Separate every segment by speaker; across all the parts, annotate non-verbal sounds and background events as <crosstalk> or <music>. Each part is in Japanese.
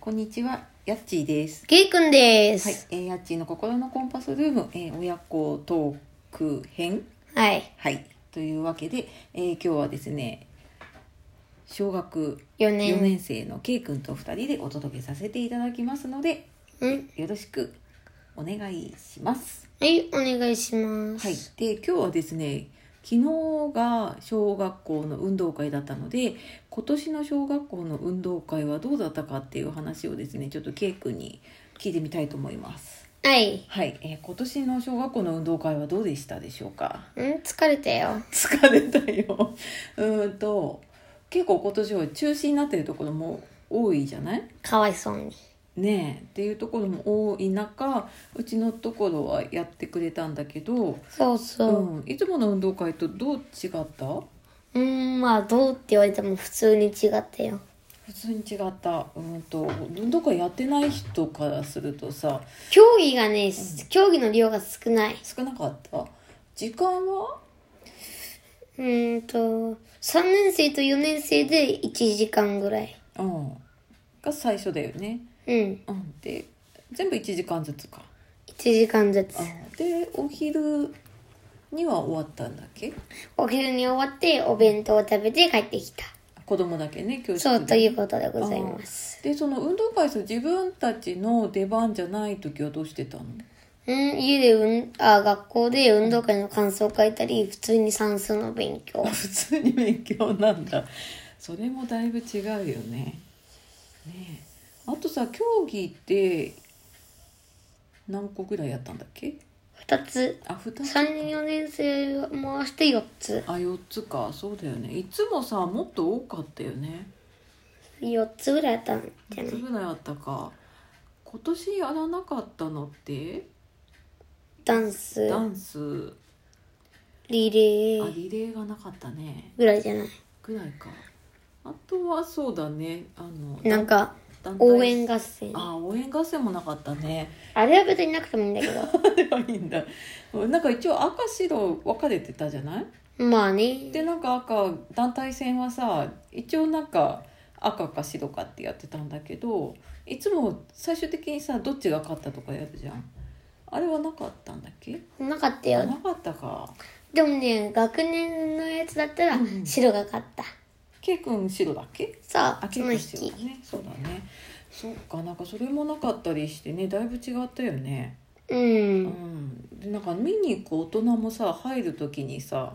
Speaker 1: こんにちは、やっちーです。
Speaker 2: ケイくんで
Speaker 1: はい
Speaker 2: す。、
Speaker 1: えー、やっちーの心のコンパスルーム、えー親子トーク編。
Speaker 2: はい。
Speaker 1: はい、というわけで、えー今日はですね。小学
Speaker 2: 4
Speaker 1: 4
Speaker 2: 年。
Speaker 1: 年生のけいくんと2人でお届けさせていただきますので、
Speaker 2: うん。
Speaker 1: よろしくお願いします。
Speaker 2: はい、お願いします。
Speaker 1: はい、で今日はですね昨日が小学校の運動会だったので今年の小学校の運動会はどうだったかっていう話をですねちょっと K 君に聞いてみたいと思います。
Speaker 2: はい。
Speaker 1: はい、えー今年の小学校の運動会はどうでしたでしょうか <laughs>
Speaker 2: うん、疲れたよ。
Speaker 1: 疲れたよ。うーんと結構今年は中止になってるところも多いじゃない
Speaker 2: かわいそうに。
Speaker 1: ねえっていうところも多い中うちのところはやってくれたんだけど、
Speaker 2: そうそう。
Speaker 1: うん、いつもの運動会とどう違った
Speaker 2: うん、まあ、どうって言われても普通に違ったよ。
Speaker 1: 普通に違ったうんと運動会やってない人からするとさ
Speaker 2: 競技がね、競技の量が少ない。
Speaker 1: 少なかった時間は
Speaker 2: うーんと、3年生と4年生で1時間ぐらい。
Speaker 1: うんが最初だよね
Speaker 2: うん。
Speaker 1: うんで全部1時間ずつか、
Speaker 2: 1時間ずつ
Speaker 1: う。んでお昼には終わったんだっけ
Speaker 2: お昼に終わって、お弁当を食べて帰ってきた。
Speaker 1: 子供だけね教室で
Speaker 2: そう、ということでございます。
Speaker 1: でその運動会さ自分たちの出番じゃない時はどうしてたの
Speaker 2: うん、家でうん、あ、学校で運動会の感想を書いたり、普通に算数の勉強。
Speaker 1: 普通に勉強なんだそれもだいぶ違うよねねえあとさ競技って何個ぐらいやったんだっけ
Speaker 2: 二つ。
Speaker 1: あ二つ
Speaker 2: 三人四年生回して四つ。
Speaker 1: あ四つかそうだよねいつもさもっと多かったよね
Speaker 2: 四つぐらいあったんじゃ
Speaker 1: 4
Speaker 2: な
Speaker 1: つ
Speaker 2: い
Speaker 1: ぐらいあったか今年やらなかったのって
Speaker 2: ダンス、
Speaker 1: ダンス
Speaker 2: リレ
Speaker 1: あ
Speaker 2: ー
Speaker 1: リレーがなかったね
Speaker 2: ぐらいじゃない
Speaker 1: ぐらいかあとはそうだねあの
Speaker 2: なんか、
Speaker 1: 団体
Speaker 2: 応援合戦。
Speaker 1: あ応援合戦もなかったね
Speaker 2: あれは別になくてもいいんだけど。
Speaker 1: <laughs> ではいいんだなんか一応赤白分かれてたじゃない
Speaker 2: まあね。
Speaker 1: でなんか赤団体戦はさ一応なんか赤か白かってやってたんだけどいつも最終的にさどっちが勝ったとかやるじゃんあれはなかったんだっけ
Speaker 2: なかった
Speaker 1: な
Speaker 2: よ。
Speaker 1: かったか
Speaker 2: でもね、学年のやつだったら
Speaker 1: うんう、ん
Speaker 2: 白が勝った。
Speaker 1: ケイ君白だっけ
Speaker 2: そう、
Speaker 1: ケ
Speaker 2: そ
Speaker 1: イ
Speaker 2: の
Speaker 1: 君
Speaker 2: 引
Speaker 1: 白
Speaker 2: き
Speaker 1: だ。ねそうだねそっかなんかそれもなかったりしてねだいぶ違ったよね
Speaker 2: う。
Speaker 1: うんん、でなんか見に行く大人もさ入る時にさ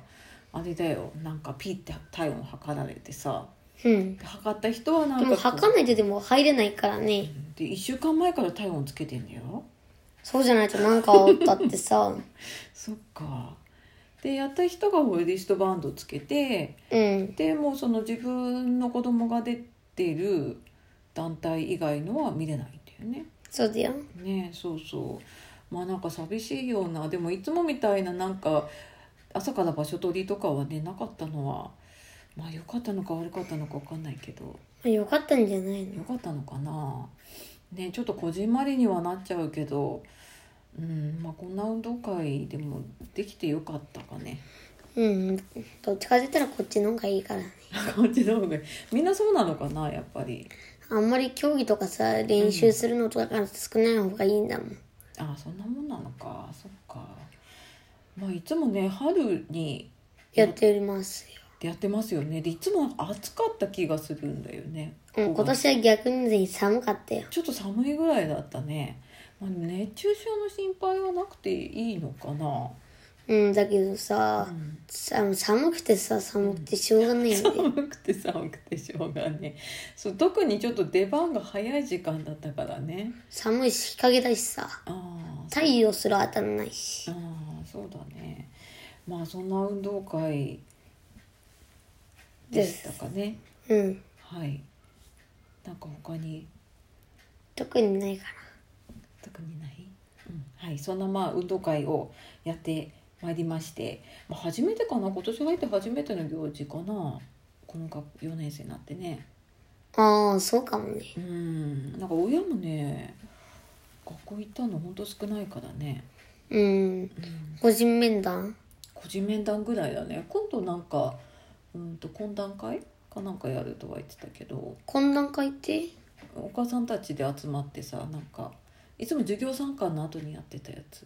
Speaker 1: あれだよなんかピッて体温測られてさ
Speaker 2: うん。
Speaker 1: で測った人はなん
Speaker 2: で
Speaker 1: か
Speaker 2: も、測ん
Speaker 1: こ
Speaker 2: ないとでも入れないからね。
Speaker 1: うで1週間前から体温つけてんだよ
Speaker 2: そうじゃないとなんかあったって <laughs> さ
Speaker 1: そっかでやった人がウエリストバンドつけて
Speaker 2: うん
Speaker 1: でもうその自分の子供が出てる団体以外のは見れないんだよね
Speaker 2: そうだよ
Speaker 1: ねえそうそうまあなんか寂しいようなでもいつもみたいななんか朝から場所取りとかはねなかったのはまあ良かったのか悪かったのか分かんないけど
Speaker 2: よかったんじゃない
Speaker 1: 良
Speaker 2: の
Speaker 1: かったのかなねちょっとこじんまりにはなっちゃうけどうんまあこんな運動会でもできてよかったかね <laughs>
Speaker 2: うんどっちかって言ったらこっちの方がいいからね
Speaker 1: こっちの方がみんなそうなのかなやっぱり
Speaker 2: あんまり競技とかさ練習するのとかが少ない方がいいんだもん
Speaker 1: あそんなもんなのかそっかまあいつもね春に
Speaker 2: やっております
Speaker 1: やってますよねでいつも暑かった気がするんだよね
Speaker 2: よ、うん、
Speaker 1: ここ
Speaker 2: 今
Speaker 1: が
Speaker 2: 年は逆に全寒かったよ
Speaker 1: ちょっと寒いぐらいだったね、まあ、熱中症の心配はなくていいのかな、
Speaker 2: うんだけどさ、さ寒くてさ寒くてしょうがないよね、
Speaker 1: 寒くて寒くてしょうがねそう特にちょっと出番が早い時間だったからね
Speaker 2: 寒いし日陰だしさ
Speaker 1: ああ
Speaker 2: 太陽すら当たんないし
Speaker 1: ああそうだねまあそんな運動会でしたかね
Speaker 2: うん
Speaker 1: はいなんか他に
Speaker 2: 特にないか
Speaker 1: 特にない、うん、はいそんなまあ運動会をやってまいりまして、まあ、初めてかな今年入って初めての行事かなこの学4年生になってね
Speaker 2: らああそうかもね
Speaker 1: うんなんか親もね学校行ったのほんと少ないからね、
Speaker 2: うん
Speaker 1: うん、
Speaker 2: 個人面談
Speaker 1: 個人面談ぐらいだね今度なんかうんと懇談会かなんかやるとは言ってたけど
Speaker 2: 懇談会って
Speaker 1: お母さんたちで集まってさなんかいつも授業参観の後にやってたやつ、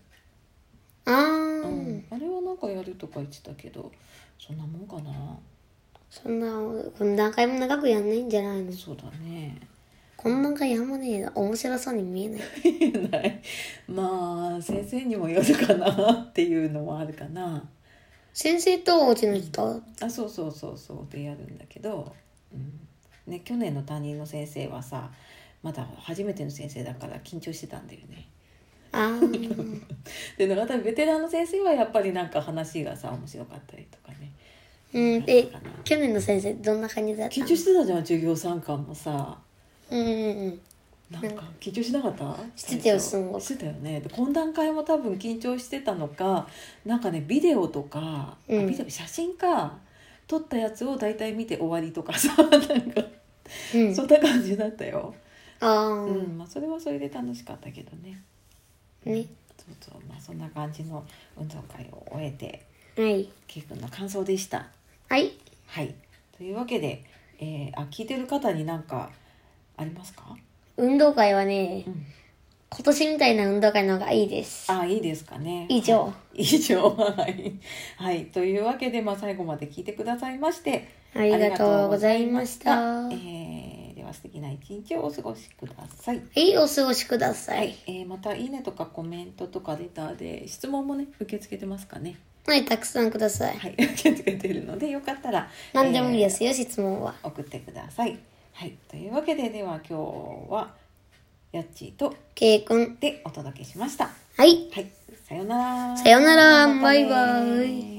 Speaker 1: う
Speaker 2: あー、
Speaker 1: ん、あれはなんかやるとか言ってたけどそんなもんかな
Speaker 2: そんなこの何回も長くやんないんじゃないの
Speaker 1: そうだね <laughs>
Speaker 2: こんなんかやんもねえな面白そうに見えない
Speaker 1: ないまあ先生にもよるかなっていうのはあるかな
Speaker 2: 先生とうちの人
Speaker 1: あそうそうそうそうでやるんだけど、うんね、去年の担任の先生はさまだ初めての先生だから緊張してたんだよね。
Speaker 2: あー
Speaker 1: で永田ベテランの先生はやっぱりなんか話がさ面白かったりとかね
Speaker 2: うんで去年の先生どんな感じだった
Speaker 1: 緊
Speaker 2: の
Speaker 1: 張してたじゃん授業参観もさ
Speaker 2: うんうんうん
Speaker 1: なんか緊張しなかった
Speaker 2: してた
Speaker 1: 最
Speaker 2: よ
Speaker 1: 初
Speaker 2: すごく
Speaker 1: してたよねで懇談会も多分緊張してたのかなんかねビデオとか、あ
Speaker 2: うん
Speaker 1: ビデオ写真か撮ったやつを大体見て終わりとか <laughs> さなんか
Speaker 2: うん
Speaker 1: そんな感じだったよ、
Speaker 2: あ
Speaker 1: う
Speaker 2: ー、
Speaker 1: んまあ、それはそれで楽しかったけどね
Speaker 2: ね
Speaker 1: そうそうまあそんな感じの運動会を終えて
Speaker 2: はい
Speaker 1: ケイ君の感想でした
Speaker 2: はい
Speaker 1: はい。というわけで、えーあ聞いてる方になんかありますか？
Speaker 2: 運動会はね、
Speaker 1: うん
Speaker 2: 今年みたいな運動会の方がいいです
Speaker 1: あいいですかね。
Speaker 2: 以上
Speaker 1: 以上はいはいというわけでまあ最後まで聞いてくださいまして
Speaker 2: ありがとうございました
Speaker 1: あ
Speaker 2: は
Speaker 1: りがとうございましたえーでは素敵な一日をお過ごしください。
Speaker 2: いお過ごしください
Speaker 1: えーまたいいねとかコメントとかレターで質問もね受け付けてますかね。
Speaker 2: はいたくさんください
Speaker 1: はい受け付けてるのでよかったら
Speaker 2: 何でもいい
Speaker 1: えー
Speaker 2: ですよ質問は
Speaker 1: 送ってください。はいというわけででは今日はやっちーと
Speaker 2: けいくん
Speaker 1: でお届けしました。
Speaker 2: はい
Speaker 1: はい、さようなら。
Speaker 2: さようなら
Speaker 1: またね
Speaker 2: バイバイ